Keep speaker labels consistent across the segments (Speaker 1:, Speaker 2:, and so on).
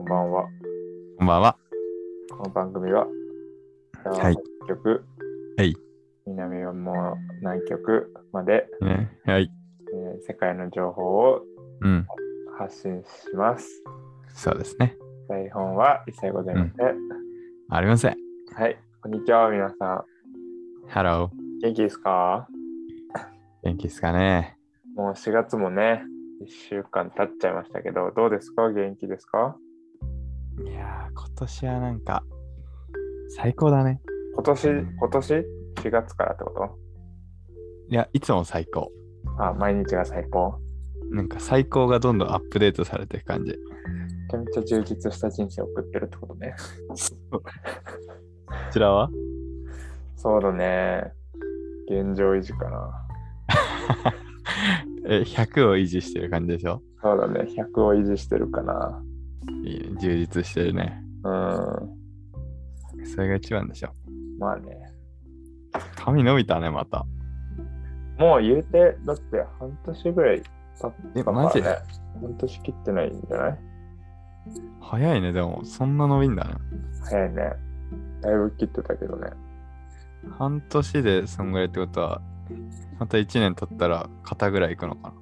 Speaker 1: んばんは。
Speaker 2: こんばんは。
Speaker 1: この番組は、
Speaker 2: はい。
Speaker 1: 北極、
Speaker 2: はい
Speaker 1: 南はもう南極まで、
Speaker 2: ね、はい。
Speaker 1: えー世界の情報を
Speaker 2: うん。
Speaker 1: 発信します。
Speaker 2: そうですね。
Speaker 1: 台本は一切ございません。
Speaker 2: ありません。
Speaker 1: はい。こんにちは、皆さ
Speaker 2: Hello。
Speaker 1: ん。元気ですか
Speaker 2: 元気ですかね。
Speaker 1: もう4月もね、1週間経っちゃいましたけど、どうですか元気ですか
Speaker 2: いやー、今年はなんか、最高だね。
Speaker 1: 今年、今年 ?4 月からってこと
Speaker 2: いや、いつも最高。
Speaker 1: あ、毎日が最高。
Speaker 2: なんか最高がどんどんアップデートされていく感じ。
Speaker 1: めちゃめちゃ充実した人生を送ってるってことね。
Speaker 2: こちらは
Speaker 1: そうだね。現状維持かな。
Speaker 2: え、100を維持してる感じでしょ
Speaker 1: そうだね。100を維持してるかな。
Speaker 2: いいね。充実してるね。
Speaker 1: うん。
Speaker 2: それが一番でしょ。
Speaker 1: まあね。
Speaker 2: 髪伸びたね、また。
Speaker 1: もう言うて、だって半年ぐらい経ったから、ね。
Speaker 2: マジ
Speaker 1: 半年切ってないんじゃない
Speaker 2: 早いね、でも、そんな伸びんだね。
Speaker 1: 早いね。だいぶ切ってたけどね。
Speaker 2: 半年でそんぐらいってことは、また1年経ったら肩ぐらいいくのか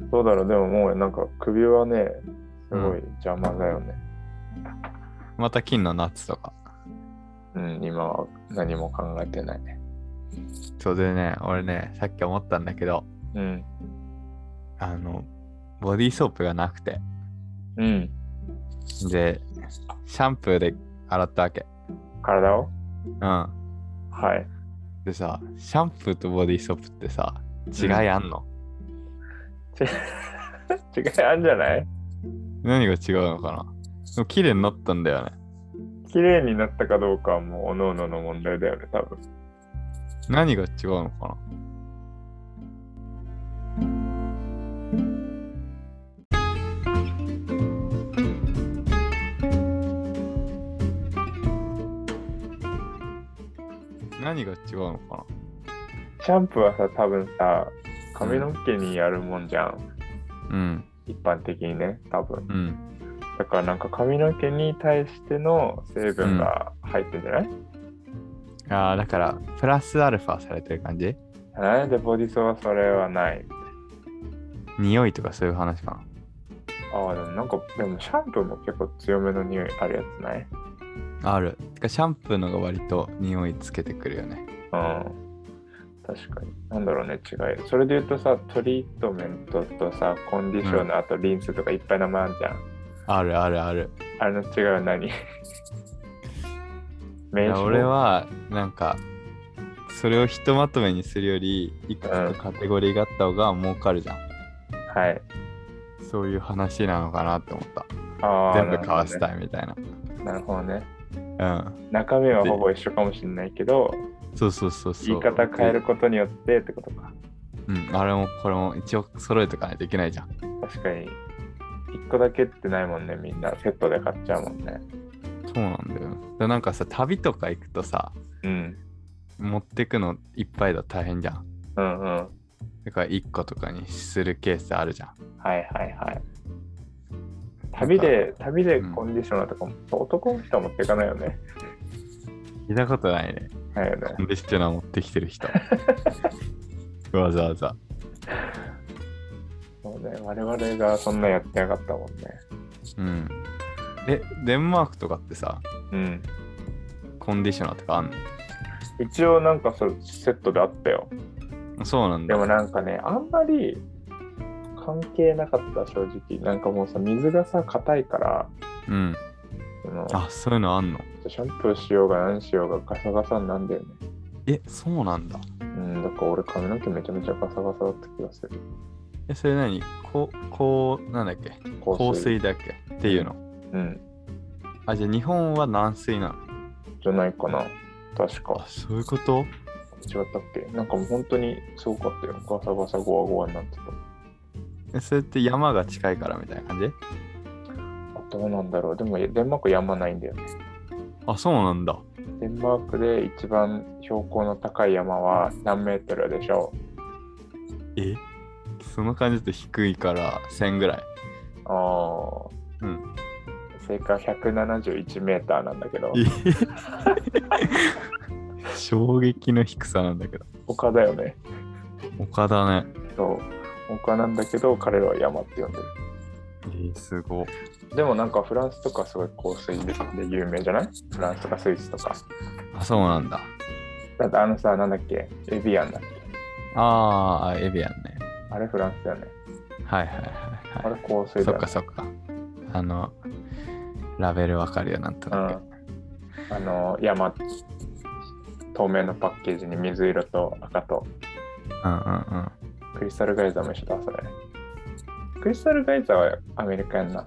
Speaker 2: な。
Speaker 1: どうだろう、でももうなんか首はね、すごい邪魔だよね。
Speaker 2: また金のナッツとか。
Speaker 1: うん、今は何も考えてない。
Speaker 2: そうでね、俺ね、さっき思ったんだけど、
Speaker 1: うん。
Speaker 2: あの、ボディーソープがなくて、
Speaker 1: うん。
Speaker 2: で、シャンプーで洗ったわけ。
Speaker 1: 体を
Speaker 2: うん。
Speaker 1: はい。
Speaker 2: でさ、シャンプーとボディーソープってさ、違いあんの、
Speaker 1: 違 違いあんじゃない
Speaker 2: 何が違うのかなでも綺麗になったんだよね。
Speaker 1: 綺麗になったかどうかはもう各々の問題だよね、多分。
Speaker 2: 何が違うのかな何が違うのか
Speaker 1: シャンプーはさ、多分さ、髪の毛にやるもんじゃん。
Speaker 2: なうん、
Speaker 1: 一般的にね、多分。
Speaker 2: うん。
Speaker 1: だからなんか髪の毛に対しての成分が入ってんじゃない、
Speaker 2: ああ、だから、プラスアルファされてる感じ
Speaker 1: じゃないで、ボディソーはそれはない。
Speaker 2: 匂いとかそういう話か
Speaker 1: ああ、でもなんか、でもシャンプーも結構強めの匂いあるやつない
Speaker 2: な。ある。てか、シャンプーのが割と匂いつけてくるよね。
Speaker 1: うん。確かに。なんだろうね、違い。それで言うとさ、トリートメントとさ、コンディショナーとリンスとかいっぱい名前あるじゃん。
Speaker 2: あるあるある。
Speaker 1: あれの違いは何
Speaker 2: い
Speaker 1: 名
Speaker 2: や 俺はなんかそれをひとまとめにするよりいくつかカテゴリーがあった方が儲かるじゃん、
Speaker 1: はい。
Speaker 2: そういう話なのかなって思った
Speaker 1: あー
Speaker 2: 全部買わせたいみたいな
Speaker 1: なるほどね。
Speaker 2: うん
Speaker 1: 中身はほぼ一緒かもしれないけど、
Speaker 2: そうそうそうそう
Speaker 1: 言い方変えることによってってことか。
Speaker 2: うんあれもこれも一応揃えとかないといけないじゃん
Speaker 1: 確かに。一個だけってないもんね、みんな。セットで買っちゃうもんね。
Speaker 2: そうなんだよでなんかさ旅とか行くとさ
Speaker 1: うん。
Speaker 2: 持ってくのいっぱいだと大変じゃん
Speaker 1: うんうん。はい
Speaker 2: だから1個とかにするケースあるじゃん
Speaker 1: はいはい。旅で、旅でコンディショナーとかも、男の人は持っていかないよね。
Speaker 2: 聞いたことないね
Speaker 1: ないよね。
Speaker 2: コンディショナー持ってきて る人わざわざ
Speaker 1: そうね。我々がそんなやってなかったもんね。
Speaker 2: うん。え、デンマークとかってさ、
Speaker 1: うん。
Speaker 2: コンディショナーとかあん
Speaker 1: 一応なんかそうセットであったよ。
Speaker 2: のそうなん
Speaker 1: で
Speaker 2: だ。
Speaker 1: もなんかね、あんまり関係なかった、正直。なんかもうさ、水がさ、硬いから、
Speaker 2: うん。
Speaker 1: その
Speaker 2: あ、そういうのあんの
Speaker 1: シャンプーしようが何しようがガサガサになんだよね。
Speaker 2: え、そうなんだ。
Speaker 1: うん、だから俺髪の毛めちゃめちゃガサガサだった気がする。
Speaker 2: え、それ何こう、こう、なんだっけ
Speaker 1: 香
Speaker 2: 香水だっけっていうの。
Speaker 1: うん、
Speaker 2: あ、じゃあ日本は軟水なの
Speaker 1: じゃないかな。確
Speaker 2: あ
Speaker 1: か。、
Speaker 2: そういうこと
Speaker 1: 違ったっけなんかもう本当にすごかったよ。ガサガサゴワゴワになってた。
Speaker 2: え、それって山が近いからみたいな感じ
Speaker 1: あどうなんだろう。でもデンマーク山ないんだよね。
Speaker 2: あ、そうなんだ。
Speaker 1: デンマークで一番標高の高い山は何メートルでしょう
Speaker 2: えその感じって低いから1000ぐらい。
Speaker 1: ああ。
Speaker 2: うん。
Speaker 1: 正解は171メーターなんだけど、
Speaker 2: 衝撃の低さなんだけど。
Speaker 1: 丘だよね。
Speaker 2: 丘だね。
Speaker 1: そう。丘なんだけど、彼らは山って呼んでる。
Speaker 2: えー、すご。
Speaker 1: でもなんかフランスとかすごい香水で有名じゃないフランスとかスイスとか。
Speaker 2: あ、そうなんだ。
Speaker 1: だってあのさ、なんだっけエビアンだっけ
Speaker 2: あー、エビアンね。
Speaker 1: あれフランスだよね。
Speaker 2: はいはい
Speaker 1: あ
Speaker 2: はい、
Speaker 1: れ
Speaker 2: は
Speaker 1: 香
Speaker 2: い。
Speaker 1: 水だ
Speaker 2: そっ
Speaker 1: よ
Speaker 2: か
Speaker 1: ね。
Speaker 2: そっか。あの、ラベルわかるよ、なんと
Speaker 1: う
Speaker 2: なく。
Speaker 1: ん。あの、山、透明のパッケージに水色と赤と
Speaker 2: うんうんうん。
Speaker 1: クリスタルガイザーも一緒だ、それ。クリスタルガイザーはアメリカやんな。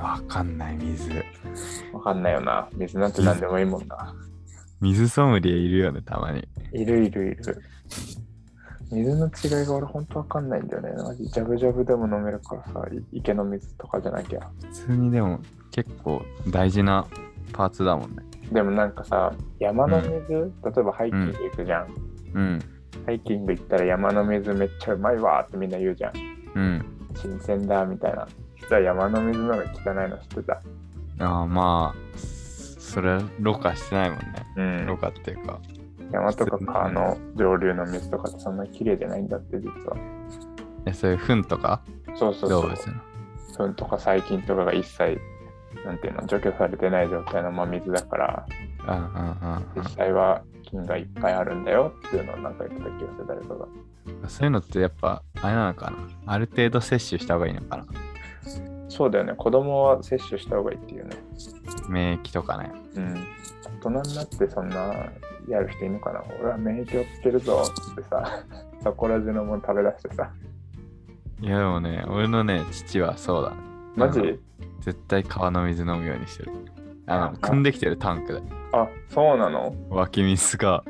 Speaker 2: わかんない、水。
Speaker 1: わかんないよな。水なんて何でもいいもんな。
Speaker 2: 水ソムリエいるよね、たまに。
Speaker 1: いるいるいる。水の違いが俺ほんとわかんないんだよね。マジジャブジャブでも飲めるからさ、い池の水とかじゃなきゃ。
Speaker 2: 普通にでも結構大事なパーツだもんね。
Speaker 1: でもなんかさ、山の水、例えばハイキング行くじゃん。
Speaker 2: うん。
Speaker 1: ハイキング行ったら山の水めっちゃうまいわーってみんな言うじゃん。
Speaker 2: うん。
Speaker 1: 新鮮だみたいな。実は山の水の方が汚いの知ってた。
Speaker 2: ああ、まあ、それ、ろ過してないもんね。
Speaker 1: うん
Speaker 2: ろ過っていうか。
Speaker 1: 山とか川の上流の水とかってそんな綺麗じゃないんだって実は。
Speaker 2: えそういう糞とか
Speaker 1: そうそう
Speaker 2: 動
Speaker 1: そ
Speaker 2: 物
Speaker 1: う
Speaker 2: の。。
Speaker 1: 糞とか細菌とかが一切なんていうの除去されてない状態の真水だから
Speaker 2: うんうんうん
Speaker 1: 実際は菌がいっぱいあるんだよっていうのをなんか言ってた気がする誰かが。
Speaker 2: うん。そういうのってやっぱ、あれなのかなある程度摂取した方がいいのかな
Speaker 1: そうだよね子供は摂取した方がいいっていうね。
Speaker 2: 免疫とかね。
Speaker 1: うん。大人になってそんなやる人いるのかな俺は免疫をつけるぞってさ そこら中のもの食べ出してさ
Speaker 2: いやでもね、俺のね、父はそうだ。
Speaker 1: マジ
Speaker 2: あの絶対川の水飲むようにしてる。あの、汲んできてるタンクで。
Speaker 1: あそうなの
Speaker 2: 湧き水が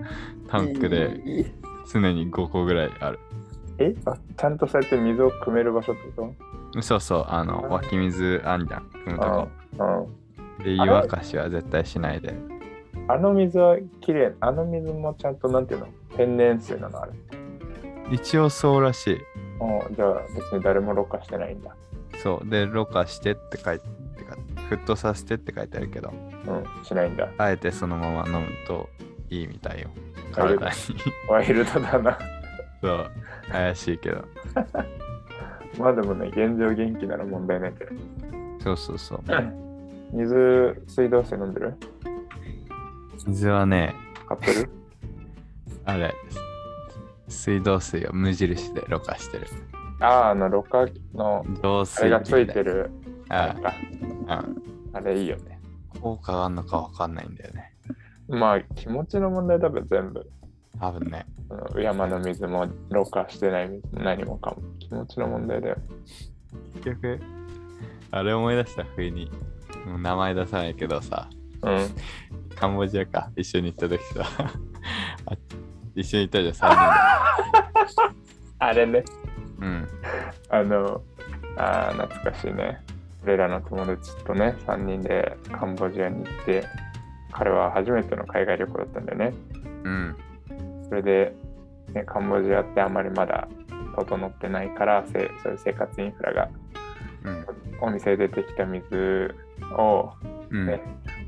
Speaker 2: タンクで
Speaker 1: いい
Speaker 2: 常に5個ぐらいある。
Speaker 1: えあちゃんとそうやって水を汲める場所ってこ
Speaker 2: そうそう、あの、湧き水あんじゃん、汲む
Speaker 1: と
Speaker 2: と
Speaker 1: あ
Speaker 2: こ。
Speaker 1: あ
Speaker 2: で、湯沸かしは絶対しないで。
Speaker 1: あの水は綺麗あの水もちゃんとなんていうの天然水なのあれ
Speaker 2: 一応そうらしい。
Speaker 1: うんじゃあ別に誰もろ過してないんだ
Speaker 2: そう。で、ろ過してって書いて、てか沸騰させてって書いてあるけど、
Speaker 1: うんしないんだ
Speaker 2: あえてそのまま飲むといいみたいよ。
Speaker 1: あれ
Speaker 2: 体に。
Speaker 1: ワイルドだな
Speaker 2: そう。怪しいけど。
Speaker 1: まあでもね現状元気なら問題ないけど
Speaker 2: そうそうそう。
Speaker 1: 水水道水飲んでる
Speaker 2: 水はね、
Speaker 1: 買ってる
Speaker 2: あれ、水道水を無印でろ過してる。
Speaker 1: あああのろ過の
Speaker 2: 浄
Speaker 1: あ
Speaker 2: 水
Speaker 1: れ
Speaker 2: 器
Speaker 1: がついて
Speaker 2: る。
Speaker 1: る
Speaker 2: あ
Speaker 1: なんか
Speaker 2: あ、
Speaker 1: あれいいよね
Speaker 2: うん。効果があるのかわかんないんだよね。
Speaker 1: まあ気持ちの問題だべ全部
Speaker 2: 多分ね。
Speaker 1: うん山の水もろ過してない水も何もかも気持ちの問題だよ
Speaker 2: 結局、あれ思い出した、不意に。もう名前出さないけどさ、
Speaker 1: うん
Speaker 2: カンボジアか、一緒に行った時さ、 あ一緒に行ったじゃん、3
Speaker 1: あれね
Speaker 2: 人で。うん。
Speaker 1: あの、あー懐かしいね。俺らの友達とね、3人でカンボジアに行って、彼は初めての海外旅行だったんだよね。
Speaker 2: うん。
Speaker 1: それで、ね、カンボジアってあんまりまだ整ってないから、せそういう生活インフラが、
Speaker 2: うん。
Speaker 1: お店で出てきた水を、
Speaker 2: うん
Speaker 1: ね。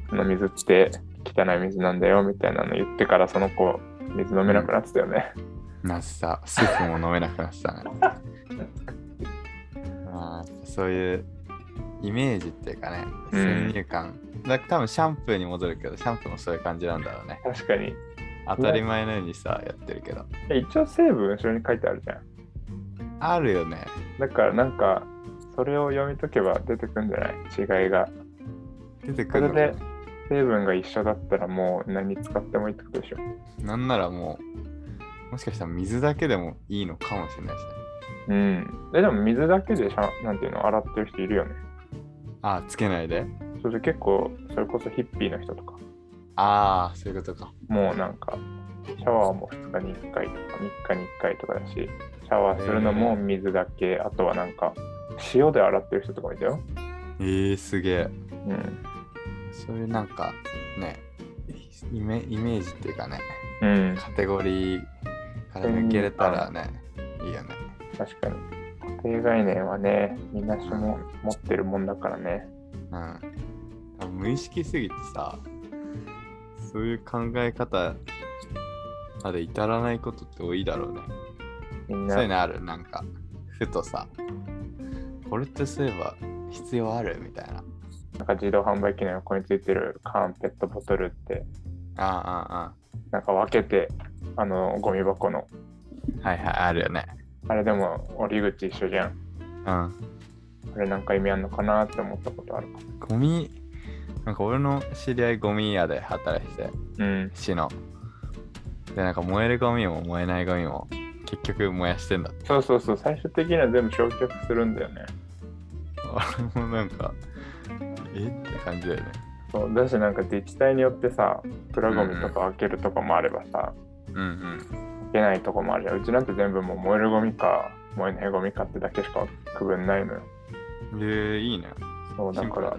Speaker 1: この水って汚い水なんだよみたいなの言ってから、その子、水飲めなくなってたよね。
Speaker 2: なしさ、スープも飲めなくなってたね。 あーそういうイメージっていうかね、
Speaker 1: うん
Speaker 2: 先入観。だ多分シャンプーに戻るけど、シャンプーもそういう感じなんだろうね。
Speaker 1: 確かに。
Speaker 2: 当たり前のようにさ、やってるけど。
Speaker 1: え一応成分後ろに書いてあるじゃん。
Speaker 2: あるよね。
Speaker 1: だからなんかそれを読み解けば出てくんじゃない違いが
Speaker 2: 出て
Speaker 1: そ
Speaker 2: くる
Speaker 1: れ
Speaker 2: の
Speaker 1: で成分が一緒だったらもう何使ってもいいってことでしょ
Speaker 2: なんならもう、もしかしたら水だけでもいいのかもしれないしね。
Speaker 1: うんででも水だけでしゃなんていうの洗ってる人いるよね
Speaker 2: あーつけないで。
Speaker 1: それで結構それこそヒッピーの人とか
Speaker 2: ああ、そういうことか。
Speaker 1: もうなんかシャワーも2日に1回とか3日に1回とかだしシャワーするのも水だけ、あとはなんか塩で洗ってる人とかもいたよ
Speaker 2: えー、すげえ。
Speaker 1: うん
Speaker 2: そういうなんか、ね、イメイメージっていうかね、
Speaker 1: うん
Speaker 2: カテゴリーから抜けれたらね、いいよね。
Speaker 1: 確かに固定概念はねみんなしも持ってるもんだからね
Speaker 2: うん。多分無意識すぎてさそういう考え方まで至らないことって多いだろうね
Speaker 1: みん
Speaker 2: そういう
Speaker 1: な、
Speaker 2: のあるなんかふとさこれってそういえば必要あるみたいな
Speaker 1: なんか自動販売機の横についてる缶、ペットボトルって、
Speaker 2: あああ
Speaker 1: なんか分けて、あの、ゴミ箱の。
Speaker 2: あはいはいあるよね
Speaker 1: あれでも、折り口一緒じゃん。
Speaker 2: うん
Speaker 1: あれなんか意味あるのかなって思ったことあるかも。
Speaker 2: ゴミなんか俺の知り合いゴミ屋で働いてて
Speaker 1: うん。
Speaker 2: 市のでなんか燃えるゴミも燃えないゴミも結局燃やしてんだって
Speaker 1: そうそうそう、最終的には全部焼却するんだよね。
Speaker 2: 俺もなんかえって感じだよね
Speaker 1: そうだし、なんか自治体によってさ、プラゴミとか開けるとこもあればさ、
Speaker 2: うんうん
Speaker 1: 開けないとこもあるじゃん。うちなんて全部もう燃えるゴミか、燃えないゴミかってだけしか区分ないのよ。
Speaker 2: えいいね。
Speaker 1: そう、だから、
Speaker 2: ね。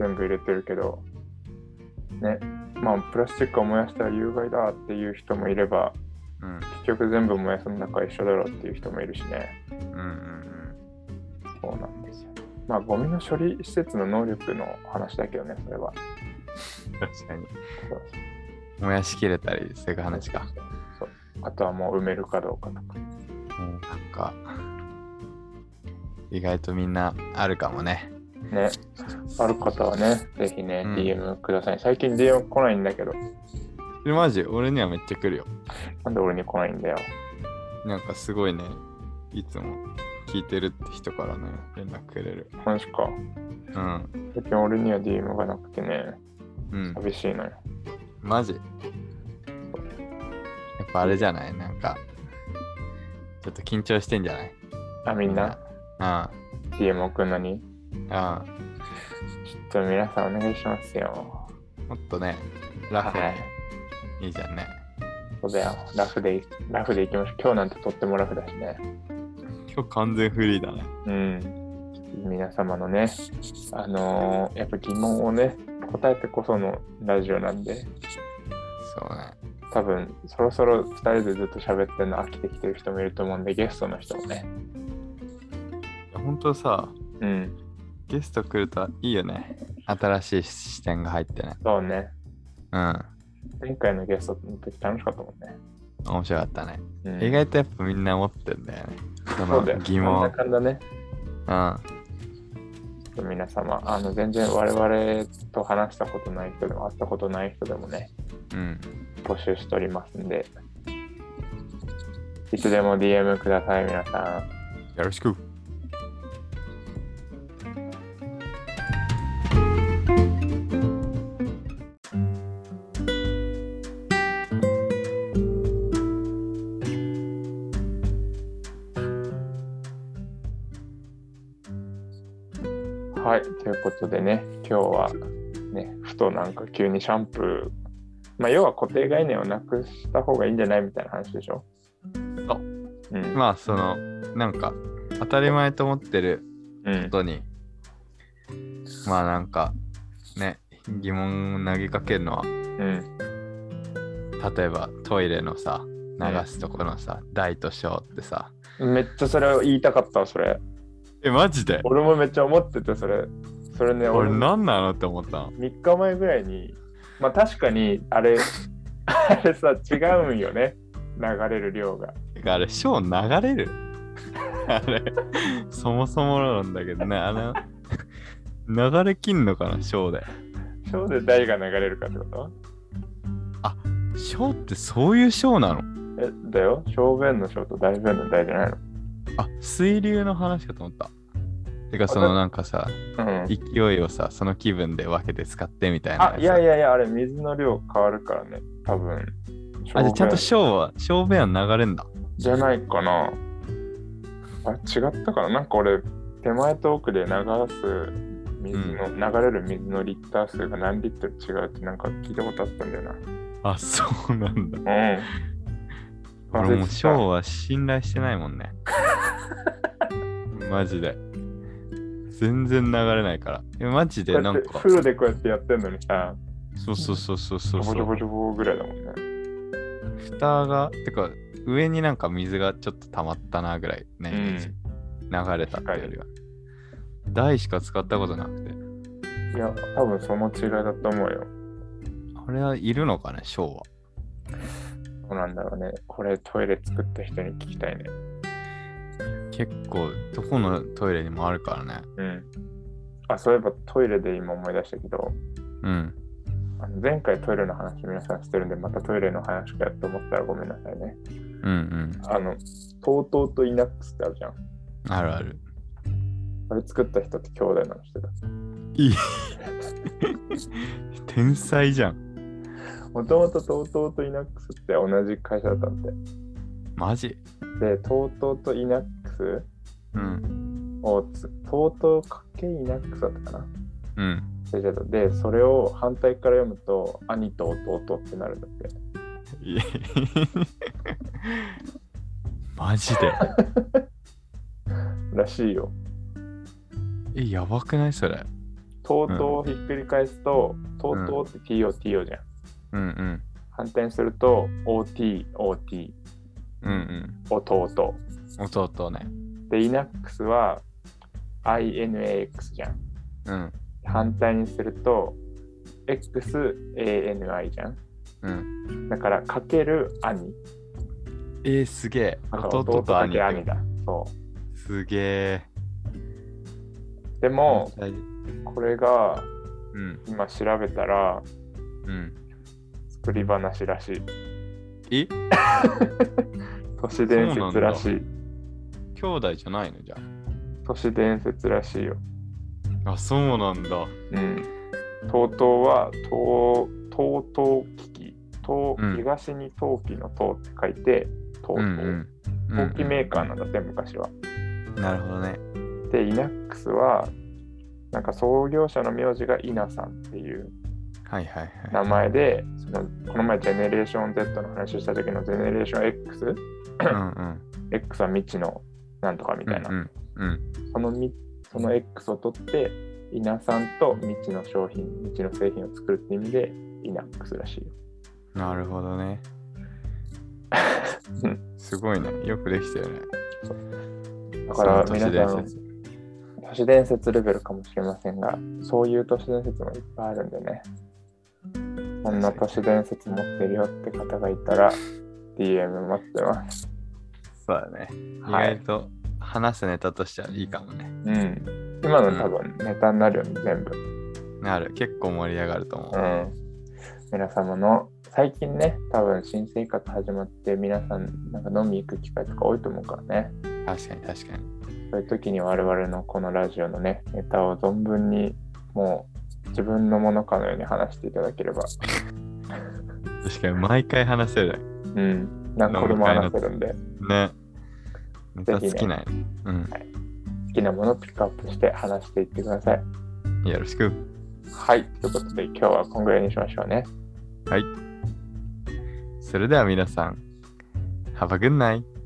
Speaker 1: 全部入れてるけど、ね、まあ、プラスチックを燃やしたら有害だっていう人もいれば、
Speaker 2: うん。
Speaker 1: 結局全部燃やすの中一緒だろうっていう人もいるしね。
Speaker 2: うんうん
Speaker 1: そうなんですよ。まあ、ゴミの処理施設の能力の話だけどね、それは。
Speaker 2: うん。確かに。
Speaker 1: そう
Speaker 2: 燃やしきれたり、そういう話か。。
Speaker 1: そう。あとはもう埋めるかどうかとか。
Speaker 2: うんなんか、意外とみんなあるかもね。
Speaker 1: ね、ある方はね、ぜひね、
Speaker 2: うん
Speaker 1: DM ください。最近 DM 来ないんだけど、
Speaker 2: えマジ、俺にはめっちゃ来るよ。
Speaker 1: なんで俺に来ないんだよ。
Speaker 2: なんかすごいね、いつも聞いてるって人からね、連絡くれる。
Speaker 1: マジか。
Speaker 2: うん。
Speaker 1: 最近俺には DM がなくてね、
Speaker 2: うん。
Speaker 1: 寂しいのよ。
Speaker 2: マジ。やっぱあれじゃないなんか、ちょっと緊張してんじゃない
Speaker 1: あ、みんな、
Speaker 2: あ
Speaker 1: DM 送るのに
Speaker 2: あ、
Speaker 1: ちょっと皆さんお願いしますよ。
Speaker 2: うん。もっとね、ラフに、
Speaker 1: はい
Speaker 2: い、いじゃんね。
Speaker 1: そうだよ。ラフでい、ラフでいきましょう。今日なんてとってもラフだしね。
Speaker 2: 今日完全フリーだね。
Speaker 1: うん。皆様のね、あのーやっぱ疑問をね、答えてこそのラジオなんで、
Speaker 2: そうね。
Speaker 1: 多分そろそろ2人でずっと喋ってるの飽きてきてる人もいると思うんで、ゲストの人もね。
Speaker 2: いや本当さ、
Speaker 1: うん。
Speaker 2: ゲスト来るといいよね。新しい視点が入ってね。
Speaker 1: そうね。
Speaker 2: うん。
Speaker 1: 前回のゲストの時楽しかったもんね。
Speaker 2: 面白かったね。
Speaker 1: うん、
Speaker 2: 意外とやっぱみんな思ってんだよね。そ
Speaker 1: そ
Speaker 2: の
Speaker 1: うだよ。
Speaker 2: 疑
Speaker 1: なん
Speaker 2: 問
Speaker 1: だ。かんだね。
Speaker 2: うん。
Speaker 1: ちょっと皆様、あの全然我々と話したことない人でも会ったことない人でもね、
Speaker 2: うん。
Speaker 1: 募集しておりますんで、いつでも DM ください、皆さん。
Speaker 2: よろしく。
Speaker 1: はい、ということでね、今日は、ね、ふとなんか急にシャンプー、まあ、要は固定概念をなくした方がいいんじゃないみたいな話でしょ。
Speaker 2: そう
Speaker 1: うん。
Speaker 2: まあ、その、なんか、当たり前と思ってる
Speaker 1: うん
Speaker 2: こ、とに、まあなんか、ね、疑問を投げかけるのは、
Speaker 1: うん、
Speaker 2: 例えばトイレのさ、流すとこのさ、大と小ってさ。
Speaker 1: めっちゃそれを言いたかったわ、それ。
Speaker 2: え、マジで
Speaker 1: 俺もめっちゃ思ってて、それ。それね、
Speaker 2: こ
Speaker 1: 俺
Speaker 2: れ何なのって思ったの
Speaker 1: 3日前ぐらいに、まあ確かに、あ れ、あれさ、違うんよね、流れる量が。
Speaker 2: てかあれ、ショー流れる あれ、そもそもなんだけどね、あの、流れきんのかな、ショーで。
Speaker 1: 小で大が流れるかってこと
Speaker 2: ショーってそういうショーなの
Speaker 1: え、だよ、小便の小と大便の大じゃないの
Speaker 2: あ、水流の話かと思った。てか、そ
Speaker 1: あ
Speaker 2: のなんかさ、
Speaker 1: うん。
Speaker 2: 勢いをさ、その気分で分けて使ってみたいな
Speaker 1: あ、いやい
Speaker 2: や
Speaker 1: やいや、あれ、水の量変わるからね、多分。
Speaker 2: つ。あ、じゃあちゃん
Speaker 1: 小
Speaker 2: と
Speaker 1: 便
Speaker 2: ショーは、ショーベア流れんだ。
Speaker 1: じゃないかな。あ違ったかななんか俺、手前と奥で流す水の、流れる水のリッター数が何リットル違うってなんか聞いたことあったんだよな。
Speaker 2: あ、そうなんだ。
Speaker 1: うん。
Speaker 2: 俺もうショー
Speaker 1: う。
Speaker 2: は信頼してないも んね。マジで。全然流れないから。え、マジで
Speaker 1: こう
Speaker 2: な
Speaker 1: やっ
Speaker 2: ん
Speaker 1: て
Speaker 2: か。
Speaker 1: 風呂でこうやってやってんのにさ、
Speaker 2: そうそうそうそうそ
Speaker 1: ボ
Speaker 2: う
Speaker 1: ジ
Speaker 2: そ
Speaker 1: ョボ
Speaker 2: う。
Speaker 1: ジョボぐらいだもんね。
Speaker 2: 蓋が、てか、上になんか水がちょっと溜まったなぐらいね、
Speaker 1: うん
Speaker 2: イメージ流れたっていうよりは。台しか使ったことなくて。
Speaker 1: いや、多分その違いだと思うよ。
Speaker 2: あれはいるのかね、ショーは。
Speaker 1: どうなんだろうね。これトイレ作った人に聞きたいね。
Speaker 2: 結構、どこのトイレにもあるからね。
Speaker 1: うん。あ、そういえばトイレで今思い出したけど、
Speaker 2: うん。
Speaker 1: あの前回トイレの話皆さんしてるんで、またトイレの話かと思ったらごめんなさいね。
Speaker 2: うんうん。
Speaker 1: あの、TOTO とイナックスってあるじゃん。
Speaker 2: あるある。
Speaker 1: あれ作った人って兄弟なの人だ。
Speaker 2: 天才じゃん。
Speaker 1: もともと TOTO とイナックスって同じ会社だったんで。
Speaker 2: マジ
Speaker 1: で、TOTO とイナック
Speaker 2: うん。
Speaker 1: スをつ、TOTO かけイナックスだったかな。
Speaker 2: うん。
Speaker 1: 忘れちゃったで、それを反対から読むと、兄と弟ってなるんだって。
Speaker 2: いやマジで。
Speaker 1: らしいよ。
Speaker 2: え、やばくないそれ。
Speaker 1: とうとうをひっくり返すと、とうとうって TOTO じゃん。
Speaker 2: うんうん。
Speaker 1: 反転すると、OT、OT、
Speaker 2: うん
Speaker 1: 弟。
Speaker 2: うん。弟ね。
Speaker 1: で、Linux は INAX じゃん。
Speaker 2: うん。
Speaker 1: 反対にすると、XANI じゃん。
Speaker 2: うん。
Speaker 1: だから、かける兄。
Speaker 2: えー、すげえ。
Speaker 1: だから
Speaker 2: 弟と兄
Speaker 1: かけ兄
Speaker 2: ってこ
Speaker 1: だ。そ
Speaker 2: と。すげえ。
Speaker 1: う。でも、
Speaker 2: 天才
Speaker 1: これが
Speaker 2: うん
Speaker 1: 今調べたら、
Speaker 2: うん。
Speaker 1: 作り話らしい。
Speaker 2: え
Speaker 1: 都市伝説らしい。
Speaker 2: 兄弟じゃないのじゃ
Speaker 1: 都市伝説らしいよ。
Speaker 2: あ。あ、そうなんだ。
Speaker 1: うん。東東は東東東危機、東、
Speaker 2: うん
Speaker 1: 東に陶器の陶って書いて東
Speaker 2: う
Speaker 1: 東。
Speaker 2: んうん。
Speaker 1: 陶器メーカーなんだって昔は。
Speaker 2: ー。なるほどね。
Speaker 1: で、イナックスはなんか創業者の名字がイナさんっていう
Speaker 2: はいはいは
Speaker 1: 名前で、そのこの前ジェネレーション Z の話をした時のジェネレーション X、
Speaker 2: い。うんうん。
Speaker 1: X は未知のなんとかみたいな、
Speaker 2: うんうん。
Speaker 1: そのみその X を取ってイナさんと未知の商品、未知の製品を作るって意味でイナックスらしいよ。
Speaker 2: うんなるほどね
Speaker 1: う。
Speaker 2: すごいね。よくできたよね。
Speaker 1: だから
Speaker 2: その
Speaker 1: 皆
Speaker 2: 都
Speaker 1: さ
Speaker 2: 市
Speaker 1: ん都
Speaker 2: 伝説
Speaker 1: 市伝説レベルかもしれませんがそういう都市伝説もいっぱいあるんでねこんな都市伝説持ってるよって方がいたら DM 待ってます
Speaker 2: そうだね。意
Speaker 1: はい
Speaker 2: 外と話すネタとしてはいいかもね。
Speaker 1: うん今の多分ネタになるよね全部
Speaker 2: なる。結構盛り上がると思
Speaker 1: う
Speaker 2: う。
Speaker 1: ん皆様の最近ね多分新生活始まって皆さんなんか飲み行く機会とか多いと思うからね
Speaker 2: 確かに確かに。
Speaker 1: そういう時に我々のこのラジオのねネタを存分にもう自分のものかのように話していただければ
Speaker 2: 確かに毎回話せる
Speaker 1: うん。何個でも話せるんで、
Speaker 2: ね。ネタ
Speaker 1: ぜひ
Speaker 2: 尽
Speaker 1: ね
Speaker 2: きないね。
Speaker 1: 好きなものをピックアップして話していってください。
Speaker 2: うん。よろしく。
Speaker 1: はい。ということで、今日はこんぐらいにしましょうね。
Speaker 2: それでは皆さん、Have a good night!